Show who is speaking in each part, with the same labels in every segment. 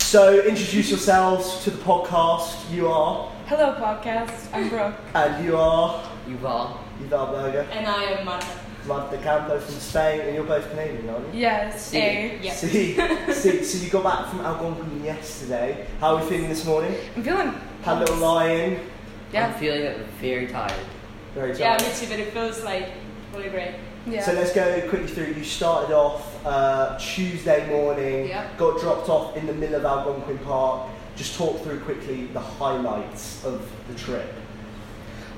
Speaker 1: So introduce yourselves to the podcast. You are,
Speaker 2: Hello, podcast. I'm Brooke.
Speaker 1: and you are,
Speaker 3: You are.
Speaker 1: Yuval Berger,
Speaker 4: And I am Mana.
Speaker 1: Marta de Campo from Spain, and you're both Canadian, aren't you?
Speaker 2: Yes,
Speaker 3: See.
Speaker 2: A.
Speaker 4: Yes.
Speaker 1: See, see, so you got back from Algonquin yesterday. How are we feeling this morning?
Speaker 2: I'm feeling.
Speaker 1: Had a little lion.
Speaker 2: Yeah.
Speaker 3: I'm feeling very tired.
Speaker 1: Very
Speaker 4: Yeah,
Speaker 1: tired.
Speaker 4: me too, but it feels like really great.
Speaker 2: Yeah.
Speaker 1: So let's go quickly through. You started off uh, Tuesday morning,
Speaker 4: Yep.
Speaker 1: got dropped off in the middle of Algonquin Park. Just talk through quickly the highlights of the trip.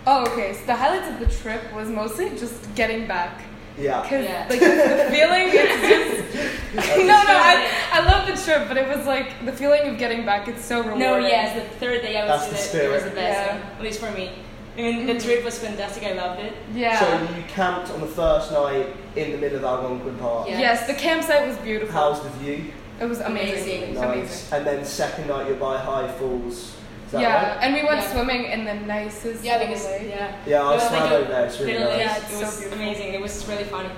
Speaker 2: oh, okay. So the highlights of the trip was mostly just getting back.
Speaker 1: Yeah.
Speaker 2: Cause
Speaker 4: Yeah.
Speaker 2: like the feeling, it's just. no, no. I, I love the trip, but it was like the feeling of getting back. It's so rewarding.
Speaker 4: No, yes, the third day I was
Speaker 1: That's
Speaker 4: it,
Speaker 1: the
Speaker 4: it was the
Speaker 1: spirit.
Speaker 4: best
Speaker 2: Yeah.
Speaker 4: one, at least for me. I mean, the trip was fantastic. I loved it.
Speaker 2: Yeah.
Speaker 1: So you camped on the first night in the middle of Algonquin Park.
Speaker 4: Yeah.
Speaker 2: Yes, the campsite was beautiful.
Speaker 1: How's the view?
Speaker 2: It was amazing.
Speaker 4: Amazing.
Speaker 2: It was amazing.
Speaker 1: And then second night you're by High Falls. Is that
Speaker 2: yeah,
Speaker 1: right?
Speaker 2: and we went
Speaker 4: Yeah.
Speaker 2: swimming in the nicest.
Speaker 4: Yeah, because
Speaker 2: way.
Speaker 4: yeah,
Speaker 1: Yeah, I
Speaker 4: Well, they
Speaker 1: swam
Speaker 4: do-
Speaker 1: over there. It's really
Speaker 4: literally,
Speaker 1: nice.
Speaker 2: Yeah,
Speaker 4: yeah,
Speaker 2: it's
Speaker 4: it
Speaker 2: so
Speaker 4: was
Speaker 2: beautiful.
Speaker 4: amazing. It was really funny.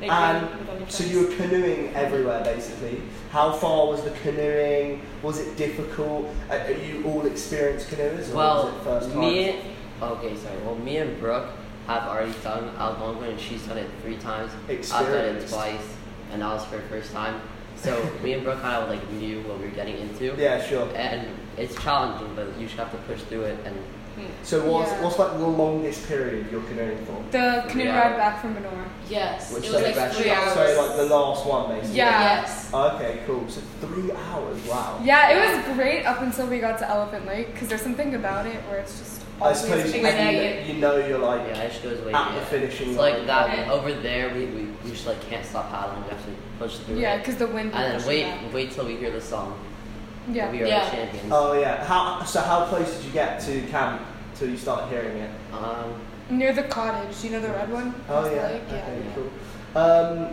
Speaker 4: Like,
Speaker 1: And
Speaker 4: really, really
Speaker 1: so
Speaker 4: nice.
Speaker 1: you were canoeing everywhere, basically. How far was the canoeing? Was it difficult? Uh, Are you all experienced canoers, or was it
Speaker 3: Well,
Speaker 1: first time?
Speaker 3: me and okay, sorry. Well, me and Brooke have already done Algonquin, and she's done it three times. I've done it
Speaker 1: Experienced.
Speaker 3: twice, and that was her first time. So me and Brooke kind of like knew what we were getting into.
Speaker 1: Yeah, sure.
Speaker 3: And it's challenging, but you just have to push through it. And
Speaker 4: Hmm.
Speaker 1: So what's
Speaker 2: Yeah.
Speaker 1: what's like the longest period you're canoeing for?
Speaker 2: The canoe
Speaker 3: Yeah.
Speaker 2: ride back from Benora.
Speaker 4: Yes,
Speaker 3: Which
Speaker 4: it was
Speaker 3: day
Speaker 4: like
Speaker 3: back?
Speaker 4: three hours.
Speaker 1: So like the last one, basically.
Speaker 2: Yeah.
Speaker 4: Yes.
Speaker 1: Okay, cool. So three hours. Wow.
Speaker 2: Yeah, it was great up until we got to Elephant Lake because there's something about it where it's just.
Speaker 1: I
Speaker 2: always
Speaker 1: suppose
Speaker 2: been-
Speaker 1: you,
Speaker 4: Exactly.
Speaker 1: you know you're like
Speaker 3: yeah, it just goes way
Speaker 1: at
Speaker 3: yeah.
Speaker 1: the finishing
Speaker 3: It's
Speaker 1: line.
Speaker 3: like that
Speaker 4: Yeah.
Speaker 3: over there. We, we, we just like can't stop paddling. We have to push through
Speaker 2: Yeah,
Speaker 3: it.
Speaker 2: because the wind.
Speaker 3: And then
Speaker 2: pushed
Speaker 3: wait,
Speaker 2: it
Speaker 3: wait till we hear the song.
Speaker 2: back. Yeah.
Speaker 3: We are
Speaker 4: Yeah.
Speaker 3: the champions.
Speaker 1: Oh yeah. How so? How close did you get to camp till you started hearing it?
Speaker 3: Um,
Speaker 2: Near the cottage, you know the red one.
Speaker 1: Oh
Speaker 2: Across the
Speaker 1: yeah.
Speaker 2: lake?
Speaker 1: Okay,
Speaker 3: yeah.
Speaker 1: cool. Um,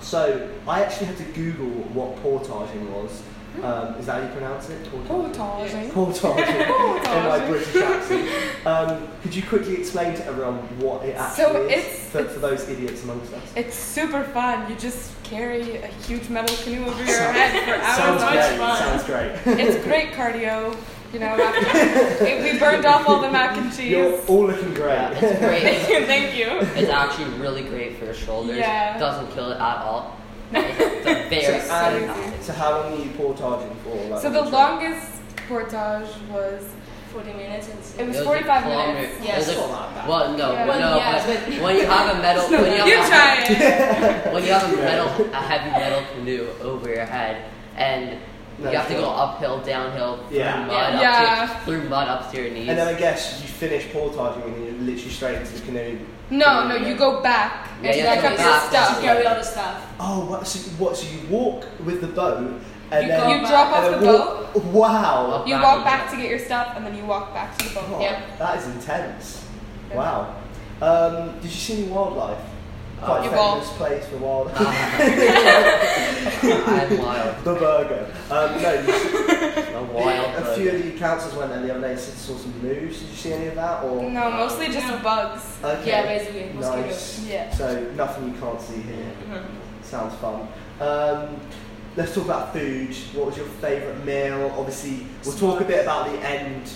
Speaker 1: so I actually had to Google what portaging was.
Speaker 2: Hmm.
Speaker 1: Um, is that how you pronounce it?
Speaker 2: Portage. eh?
Speaker 1: Portaging. In my
Speaker 2: Portage.
Speaker 1: British accent. Um, could you quickly explain to everyone what it actually
Speaker 2: So
Speaker 1: is
Speaker 2: it's-
Speaker 1: for, for those idiots amongst us?
Speaker 2: It's super fun. You just carry a huge metal canoe over your
Speaker 1: Sounds-
Speaker 2: head for hours
Speaker 1: Sounds
Speaker 2: on
Speaker 1: great.
Speaker 2: end.
Speaker 1: Sounds great.
Speaker 2: It's great cardio. You know, after- it- we burned off all the mac and
Speaker 1: You're
Speaker 2: cheese.
Speaker 1: all looking
Speaker 3: yeah,
Speaker 1: great.
Speaker 3: it's great.
Speaker 2: Thank you.
Speaker 3: it's actually really great for your shoulders.
Speaker 2: Yeah.
Speaker 3: Doesn't kill it at all. It's a very
Speaker 2: So,
Speaker 3: solid
Speaker 2: um,
Speaker 3: package.
Speaker 1: So uh, how long are you portaging for? Like,
Speaker 2: So
Speaker 1: on
Speaker 2: the
Speaker 1: trip?
Speaker 2: longest portage was
Speaker 4: 40 minutes. And
Speaker 2: It was
Speaker 3: a
Speaker 2: 45
Speaker 3: kilometer-
Speaker 2: minutes.
Speaker 3: it
Speaker 4: Yeah,
Speaker 3: was a-
Speaker 1: it's not that bad.
Speaker 3: well, no,
Speaker 2: Yeah.
Speaker 3: no,
Speaker 2: Well,
Speaker 4: yeah,
Speaker 3: but
Speaker 4: but-
Speaker 3: when you have a metal, when you
Speaker 2: you
Speaker 3: have,
Speaker 2: try it.
Speaker 3: a, when you have a metal, a heavy metal canoe over your head, and
Speaker 1: No,
Speaker 3: you have to
Speaker 1: sure.
Speaker 3: go uphill, downhill, through
Speaker 1: Yeah.
Speaker 3: mud,
Speaker 2: Yeah.
Speaker 3: Up to, through mud up to your knees.
Speaker 1: And then I guess you finish portaging and you're literally straight into the canoe.
Speaker 2: No, no, you go back
Speaker 3: Yeah,
Speaker 2: and
Speaker 3: you
Speaker 2: pick
Speaker 3: have to
Speaker 2: up
Speaker 3: go
Speaker 2: your
Speaker 3: back.
Speaker 2: stuff.
Speaker 4: You carry all the stuff.
Speaker 1: Oh, what? So, what? So you walk with the boat and
Speaker 4: You
Speaker 1: then
Speaker 4: go
Speaker 2: You drop off
Speaker 1: and
Speaker 2: the
Speaker 1: then
Speaker 2: boat,
Speaker 1: walk- Wow.
Speaker 3: Up
Speaker 2: you
Speaker 3: back Oh.
Speaker 2: walk
Speaker 3: and
Speaker 2: back
Speaker 3: back.
Speaker 2: to get your stuff, and then you walk back to the boat.
Speaker 1: God,
Speaker 4: Yeah.
Speaker 1: That is intense.
Speaker 2: Yeah.
Speaker 1: Wow. Um, did you see any wildlife?
Speaker 3: Uh,
Speaker 1: Quite a
Speaker 2: You
Speaker 1: famous place for wildlife.
Speaker 3: Ah. I'm wild.
Speaker 1: the burger. Um, no, you see-
Speaker 3: A wild.
Speaker 1: a few of the councils went there the other day and said saw some moose. Did you see any of that? Or
Speaker 2: No, mostly just
Speaker 4: No.
Speaker 2: bugs.
Speaker 1: okay.
Speaker 4: Yeah, basically. Mosquitoes.
Speaker 1: Nice.
Speaker 2: Yeah.
Speaker 1: So nothing you can't see here.
Speaker 4: Mhm.
Speaker 1: Mm-hmm. Sounds fun. Um, let's talk about food. What was your favourite meal? Obviously, we'll talk a bit about the end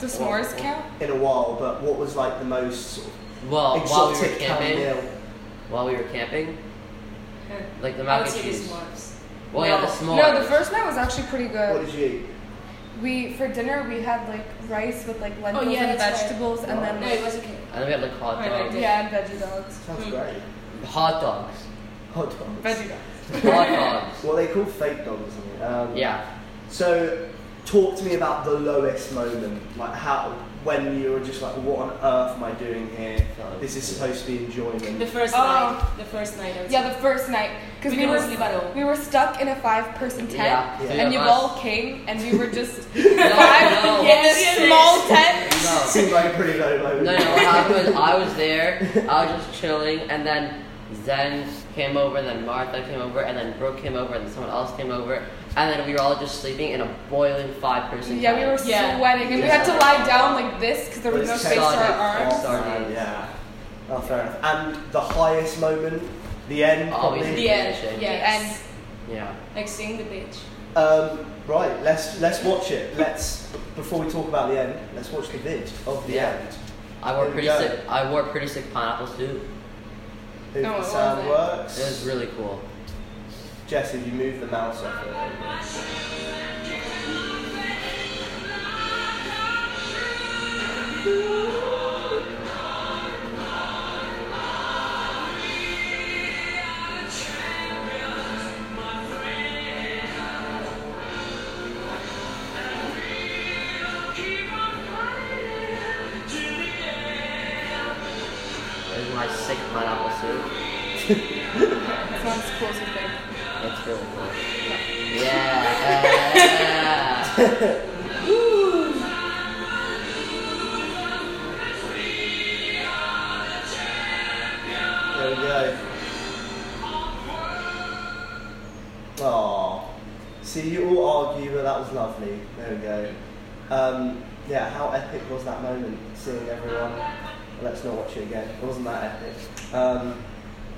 Speaker 2: The
Speaker 3: Oh.
Speaker 2: s'mores count?
Speaker 1: in a while, but what was like the most sort of
Speaker 3: Well, Oh, while we were
Speaker 1: exotic kind of
Speaker 3: camping,
Speaker 1: meal?
Speaker 3: while we were camping, like the
Speaker 4: I
Speaker 3: mac
Speaker 4: would
Speaker 3: and
Speaker 4: say
Speaker 3: cheese.
Speaker 4: this once.
Speaker 3: Well, yeah, the
Speaker 4: No.
Speaker 3: small.
Speaker 2: No, the first night was actually pretty
Speaker 1: What
Speaker 2: good.
Speaker 1: did you eat?
Speaker 2: We for dinner we had like rice with like lentils
Speaker 4: Oh, yeah,
Speaker 2: and
Speaker 4: that's right.
Speaker 2: vegetables, and
Speaker 1: Wow.
Speaker 2: then
Speaker 4: No,
Speaker 2: like,
Speaker 4: it was okay.
Speaker 3: And then we had like hot
Speaker 4: I liked
Speaker 3: dogs.
Speaker 4: it.
Speaker 2: yeah, and veggie dogs.
Speaker 1: Sounds
Speaker 4: Mm.
Speaker 1: great.
Speaker 3: Hot dogs.
Speaker 1: Hot dogs.
Speaker 2: Veggie dogs.
Speaker 3: Hot dogs.
Speaker 1: Well, they call fake dogs, isn't it? Um,
Speaker 3: Yeah.
Speaker 1: So, talk to me about the lowest moment, like how when you were just like, what on earth am I doing here?
Speaker 3: Oh,
Speaker 1: This is supposed to be enjoyment.
Speaker 4: The first
Speaker 2: Oh.
Speaker 4: night. The first night. I would
Speaker 2: Yeah, the first night
Speaker 4: say.
Speaker 2: because
Speaker 4: we
Speaker 2: we
Speaker 4: didn't
Speaker 2: were
Speaker 4: sleep at all.
Speaker 2: we were stuck in a five person tent.
Speaker 3: Yeah.
Speaker 1: Yeah.
Speaker 3: three
Speaker 2: And
Speaker 3: of
Speaker 2: you
Speaker 3: us.
Speaker 2: all came, and we were just
Speaker 3: No,
Speaker 2: five
Speaker 3: no.
Speaker 2: in this
Speaker 4: Yes,
Speaker 2: small
Speaker 4: yes.
Speaker 2: tent.
Speaker 3: No.
Speaker 1: Seemed like a pretty low moment.
Speaker 3: No, no, what happened was I was there, I was just chilling, and then Zen came over, and then Martha came over, and then Brooke came over, and then someone else came over, and then we were all just sleeping in a boiling five person
Speaker 2: Yeah, we were
Speaker 4: Yeah.
Speaker 2: sweating, and we had to lie down like this because there was no
Speaker 1: It's
Speaker 2: space for our
Speaker 3: chaotic.
Speaker 2: arms.
Speaker 1: Oh, man, yeah. Oh, fair enough. And the highest moment, the end,
Speaker 2: Oh,
Speaker 3: Obviously.
Speaker 1: probably.
Speaker 4: The end.
Speaker 2: The
Speaker 4: Yes.
Speaker 2: end.
Speaker 3: Yeah.
Speaker 4: Like seeing the beach.
Speaker 1: Um, right, let's let's watch it. Let's before we talk about the end, let's watch the vid of the
Speaker 3: Yeah.
Speaker 1: end.
Speaker 3: I
Speaker 1: There
Speaker 3: wore
Speaker 1: we
Speaker 3: pretty
Speaker 1: go.
Speaker 3: sick. I wore pretty sick pineapple suit.
Speaker 1: If
Speaker 2: No,
Speaker 1: the
Speaker 2: Oh, it
Speaker 1: sound
Speaker 2: wasn't.
Speaker 3: It
Speaker 1: works.
Speaker 3: was really cool.
Speaker 1: Jess, if you move the mouse off it. there we go.
Speaker 3: It was my sick pineapple suit.
Speaker 2: It's not as close as they.
Speaker 3: It's really cool. Yeah.
Speaker 1: There we go. Aww. See, you all argue, but that was lovely. There we go. Um, yeah, how epic was that moment? Seeing everyone. Let's not watch it again. It wasn't that epic. Um,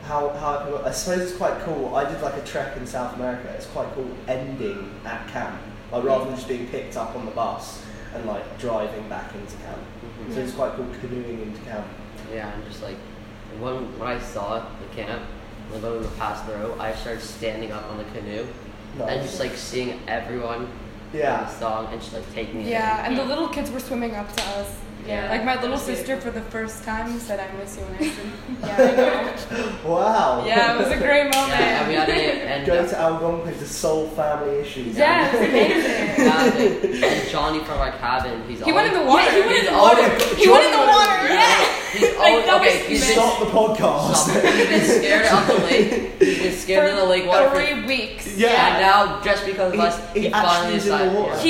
Speaker 1: how, how epic was- I suppose it's quite cool. I did like a trek in South America. It's quite cool ending at camp, like rather than just being picked up on the bus and like driving back into camp.
Speaker 3: Mhm.
Speaker 1: So it's quite cool canoeing into camp.
Speaker 3: Yeah, I'm just like, when, when I saw the camp, when we were past the row, I started standing up on the canoe and
Speaker 1: Nice.
Speaker 3: just like seeing everyone in
Speaker 1: Yeah.
Speaker 3: the song and just like taking it. in.
Speaker 2: Yeah, and the little kids were swimming up to us.
Speaker 3: Yeah.
Speaker 2: Like my little
Speaker 4: That's good.
Speaker 2: sister, for the first time, said, "I miss you," and I said, "Yeah, I
Speaker 1: Wow.
Speaker 2: know." yeah, it was a great
Speaker 3: Yeah, and we
Speaker 2: moment.
Speaker 3: had to and
Speaker 1: Go to Algonquin to solve family issues.
Speaker 2: Yeah, it's amazing.
Speaker 3: Exactly. And Johnny from our cabin, he's
Speaker 2: He went in the
Speaker 3: always-
Speaker 2: water.
Speaker 4: Yeah, he went in the
Speaker 3: always-
Speaker 4: water.
Speaker 2: He went in the water. Yeah.
Speaker 3: He's always,
Speaker 4: that
Speaker 3: okay,
Speaker 4: was
Speaker 3: he's been,
Speaker 1: Stop the podcast.
Speaker 3: stop. he's been scared of the lake. He's been scared of the lake water for-
Speaker 2: three weeks.
Speaker 1: Yeah.
Speaker 3: yeah, now just because of
Speaker 1: He-
Speaker 3: us,
Speaker 1: he
Speaker 3: he, finally
Speaker 1: actually is in the
Speaker 3: decided.
Speaker 1: water.
Speaker 3: yeah.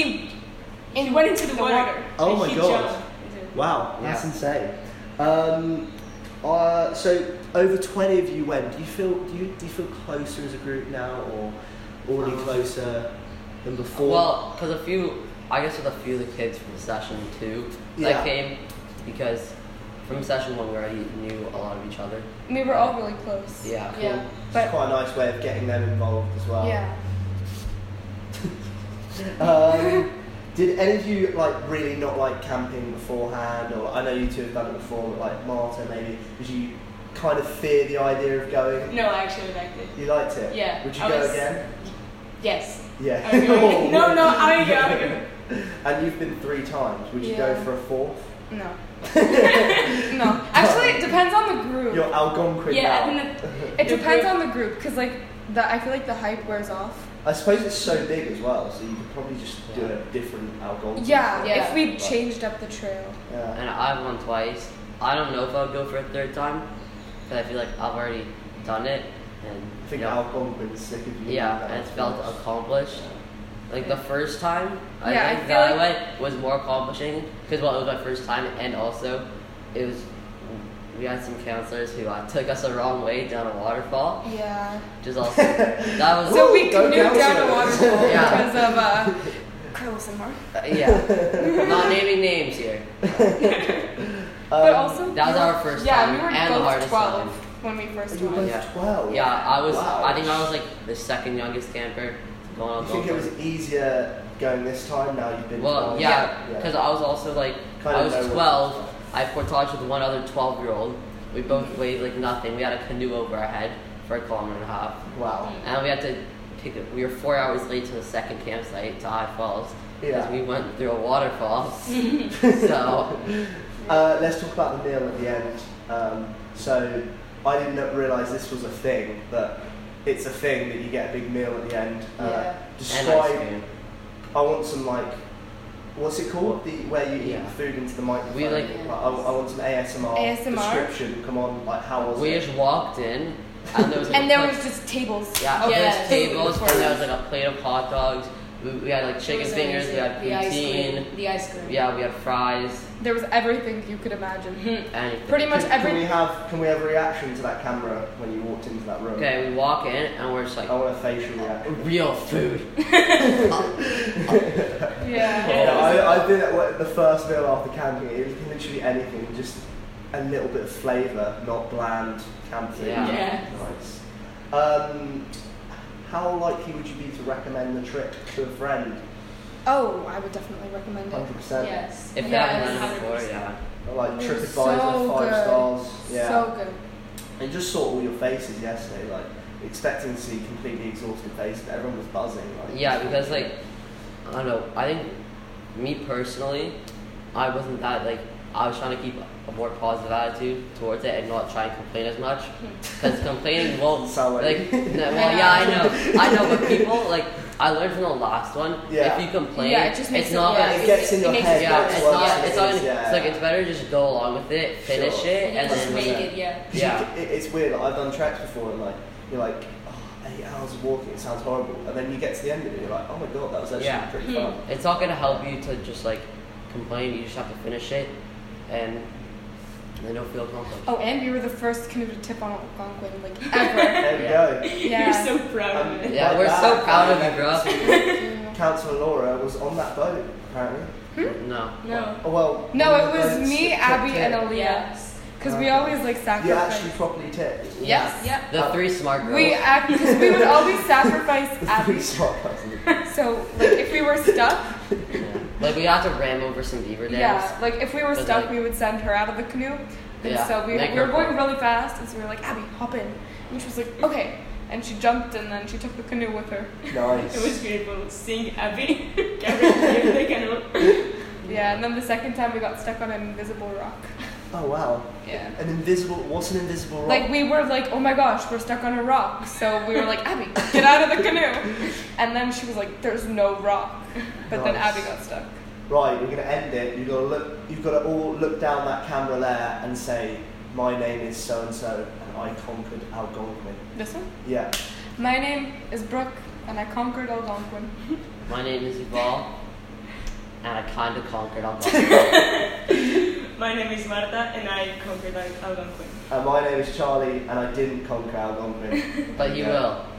Speaker 2: He
Speaker 4: He went into the, water.
Speaker 1: Oh
Speaker 4: and
Speaker 1: my
Speaker 4: he
Speaker 1: God.
Speaker 4: Jumped into it.
Speaker 1: Wow, that's
Speaker 3: Yeah.
Speaker 1: insane. Um, uh, so over twenty of you went. Do you feel do you, do you feel closer as a group now, or already
Speaker 3: Um,
Speaker 1: closer than before?
Speaker 3: Well, because a few, I guess with a few of the kids from session two
Speaker 1: Yeah.
Speaker 3: that came, because from session one we already knew a lot of each other.
Speaker 2: we were all really close.
Speaker 3: Yeah.
Speaker 2: Yeah.
Speaker 1: it's
Speaker 2: But
Speaker 1: quite a nice way of getting them involved as well.
Speaker 2: yeah.
Speaker 1: Um, did any of you like really not like camping beforehand, or I know you two have done it before, but like Marta maybe, did you kind of fear the idea of going?
Speaker 4: No, I actually liked it.
Speaker 1: You liked it?
Speaker 4: Yeah,
Speaker 1: Would you
Speaker 4: I
Speaker 1: go
Speaker 4: was-
Speaker 1: again?
Speaker 4: Yes.
Speaker 1: Yeah.
Speaker 4: I would go again. No, no, I would go, I would go.
Speaker 1: And you've been three times. Would you
Speaker 2: Yeah.
Speaker 1: go for a fourth?
Speaker 2: No. no. Actually, it depends on the group.
Speaker 1: You're Algonquin
Speaker 4: Yeah,
Speaker 1: now.
Speaker 4: and
Speaker 2: It depends on the group because like the I feel like the hype wears off.
Speaker 1: I suppose it's so big as well, so you could probably just do a different Algonquin.
Speaker 2: Yeah,
Speaker 1: thing.
Speaker 2: if
Speaker 4: Yeah.
Speaker 2: we changed up the trail.
Speaker 1: Yeah.
Speaker 3: And I've won twice. I don't know if I'll go for a third time, because I feel like I've already done it, and
Speaker 1: I think
Speaker 3: you know,
Speaker 1: Algonquin's sick of you. Um,
Speaker 3: yeah, and it's felt accomplished. Like the first time, I
Speaker 2: Yeah, I
Speaker 3: think
Speaker 2: feel
Speaker 3: that
Speaker 2: like-
Speaker 3: I went was more accomplishing because well, it was my first time, and also it was we had some counselors who uh, took us the wrong way down a waterfall,
Speaker 2: Yeah.
Speaker 3: which is also that was
Speaker 2: So we
Speaker 1: Ooh, go
Speaker 2: canoed down
Speaker 1: downstairs.
Speaker 2: a waterfall
Speaker 3: Yeah.
Speaker 2: because of uh, Carlos and Mark.
Speaker 3: uh, yeah. Not naming names here.
Speaker 1: Um,
Speaker 2: But also,
Speaker 3: That was our first
Speaker 2: yeah,
Speaker 3: time
Speaker 2: we were
Speaker 3: and the
Speaker 2: both
Speaker 3: hardest
Speaker 2: 12
Speaker 3: time.
Speaker 2: when we first
Speaker 1: You were
Speaker 2: went.
Speaker 1: both
Speaker 3: Yeah.
Speaker 1: 12.
Speaker 3: Yeah, I was.
Speaker 1: Wow.
Speaker 3: I think I was like the second youngest camper going
Speaker 1: You
Speaker 3: on.
Speaker 1: think it was easier going this time now you've been
Speaker 3: Well,
Speaker 1: to
Speaker 3: yeah, because I was also like
Speaker 1: Kinda
Speaker 3: I
Speaker 1: know
Speaker 3: was
Speaker 1: what-
Speaker 3: twelve. I portaged with one other twelve-year-old. We both weighed like nothing. We had a canoe over our head for a kilometer and a half,
Speaker 1: Wow.
Speaker 3: and we had to pick. It. We were four hours late to the second campsite to High Falls because
Speaker 1: Yeah.
Speaker 3: we went through a waterfall. so
Speaker 1: Uh, let's talk about the meal at the end. Um, so I didn't realise this was a thing, but it's a thing that you get a big meal at the end. Uh,
Speaker 2: Yeah.
Speaker 3: and ice
Speaker 1: Describe.
Speaker 3: cream.
Speaker 1: I want some like, what's it called? The where you
Speaker 3: Yeah.
Speaker 1: eat food into the microphone.
Speaker 3: We, like-
Speaker 1: I, I want some ASMR,
Speaker 2: ASMR?
Speaker 1: description. Come on, like how was
Speaker 3: We
Speaker 1: it?
Speaker 3: just walked in, and there was like, a
Speaker 2: And there
Speaker 3: bunch-
Speaker 2: was just tables.
Speaker 3: Yeah,
Speaker 2: of
Speaker 4: Yeah.
Speaker 3: there's tables,
Speaker 2: food.
Speaker 3: and there was like a plate of hot dogs. We, we had like chicken fingers, we had
Speaker 4: the ice cream.
Speaker 3: poutine.
Speaker 4: The ice cream.
Speaker 3: Yeah, we had fries,
Speaker 2: There was everything you could imagine.
Speaker 4: Mhm.
Speaker 3: anything.
Speaker 2: Pretty much
Speaker 1: Can- Can we
Speaker 2: every.
Speaker 1: have Can we have a reaction to that camera when you walked into that room?
Speaker 3: Okay, we walk in and we're just like,
Speaker 1: I want a facial reaction.
Speaker 3: real food.
Speaker 2: Yeah.
Speaker 1: Yeah, I, I did it at the first meal after camping. It was literally anything, just a little bit of flavour, not bland camping.
Speaker 3: Yeah.
Speaker 4: Yeah.
Speaker 1: Nice. Um, how likely would you be to recommend the trip to a friend?
Speaker 2: Oh, I would definitely recommend it.
Speaker 1: Hundred percent.
Speaker 4: Yes.
Speaker 3: If
Speaker 2: Yeah,
Speaker 3: that was
Speaker 2: it's
Speaker 3: done before, yeah.
Speaker 1: Like
Speaker 2: It was
Speaker 1: TripAdvisor,
Speaker 2: so
Speaker 1: five
Speaker 2: good.
Speaker 1: stars. Yeah.
Speaker 2: So good.
Speaker 1: I just saw all your faces yesterday, like expecting to see completely exhausted faces. but Everyone was buzzing. Like,
Speaker 3: Yeah, because like I don't know. I think me personally, I wasn't that like I was trying to keep a more positive attitude towards it and not try and complain as much
Speaker 2: Hmm.
Speaker 3: because complaining won't
Speaker 1: Sound like-
Speaker 3: like no, well yeah I know I know but people like I learned from the last one
Speaker 1: Yeah.
Speaker 3: if you complain
Speaker 2: Yeah, it just makes
Speaker 3: it's
Speaker 2: it-
Speaker 3: not
Speaker 2: yeah,
Speaker 3: gonna
Speaker 1: it gets in
Speaker 2: it
Speaker 1: your
Speaker 2: makes
Speaker 1: head.
Speaker 2: it
Speaker 3: yeah
Speaker 2: worse.
Speaker 3: it's
Speaker 1: That's
Speaker 2: Yeah,
Speaker 3: not
Speaker 1: what
Speaker 3: it's
Speaker 1: it
Speaker 3: not
Speaker 1: is,
Speaker 3: gonna,
Speaker 1: yeah.
Speaker 3: it's like it's better to just go along with it finish
Speaker 1: Sure.
Speaker 3: it
Speaker 4: And
Speaker 3: and
Speaker 4: you just
Speaker 3: then
Speaker 4: make it, yeah.
Speaker 3: yeah
Speaker 1: It- it's weird. Like, I've done tracks before, and like you're like oh, eight hours of walking. It sounds horrible, and then you get to the end of it, and you're like, oh my god, that was actually
Speaker 3: Yeah.
Speaker 1: pretty
Speaker 4: Hmm.
Speaker 1: fun.
Speaker 3: it's not gonna help you to just like complain you just have to finish it and then you'll feel accomplished.
Speaker 2: Oh, and you were the first canoe to tip on Algonquin, like ever.
Speaker 1: There we
Speaker 3: Yeah.
Speaker 1: go.
Speaker 4: You're
Speaker 2: yeah.
Speaker 4: so proud of
Speaker 1: Um,
Speaker 4: it.
Speaker 3: Yeah,
Speaker 1: Like
Speaker 3: we're
Speaker 1: that.
Speaker 3: so proud of you, bro.
Speaker 1: Councillor Laura was on that boat apparently.
Speaker 3: No.
Speaker 4: No.
Speaker 1: Oh well.
Speaker 2: Hmm? no,
Speaker 1: one of
Speaker 2: it
Speaker 1: the
Speaker 2: was
Speaker 1: boats
Speaker 2: me,
Speaker 1: that took
Speaker 2: Abby, and
Speaker 1: it.
Speaker 2: Aaliyah.
Speaker 4: Yes.
Speaker 2: Because we
Speaker 1: Okay.
Speaker 2: always like
Speaker 1: You
Speaker 2: sacrificed.
Speaker 1: actually properly tipped.
Speaker 2: yes.
Speaker 4: Yeah.
Speaker 3: The three smart girls.
Speaker 2: We act because we would always sacrifice
Speaker 1: Pretty
Speaker 2: Abby.
Speaker 1: smart person.
Speaker 2: So like if we were stuck,
Speaker 3: Yeah. Like we have to ram over some beaver dams.
Speaker 2: yeah, like if we were
Speaker 3: But,
Speaker 2: stuck,
Speaker 3: like-
Speaker 2: we would send her out of the canoe. And
Speaker 3: Yeah,
Speaker 2: so we,
Speaker 3: make
Speaker 2: we were
Speaker 3: her
Speaker 2: going
Speaker 3: fall.
Speaker 2: really fast, and so we were like, Abby, hop in. And she was like, okay. And she jumped, and then she took the canoe with her.
Speaker 1: Nice.
Speaker 4: It was beautiful. Seeing Abby carrying the canoe.
Speaker 2: Yeah, and then the second time we got stuck on an invisible rock.
Speaker 1: oh wow.
Speaker 2: Yeah.
Speaker 1: An invisible. What's an invisible rock?
Speaker 2: Like we were like, oh my gosh, we're stuck on a rock. So we were like, Abby, get out of the canoe. And then she was like, there's no rock. But then
Speaker 1: Nice.
Speaker 2: Abby got stuck.
Speaker 1: right, we're gonna end it. You've got to look. You've got to all look down that camera there and say, "My name is so and so, and I conquered Algonquin."
Speaker 2: This one.
Speaker 1: Yeah.
Speaker 2: My name is Brooke, and I conquered Algonquin.
Speaker 3: My name is Yuval, and I kind of conquered Algonquin.
Speaker 4: My name is Marta and I conquered Al- Algonquin.
Speaker 1: Uh, And my name is Charlie, and I didn't conquer Algonquin.
Speaker 3: but you
Speaker 1: Yeah.
Speaker 3: will.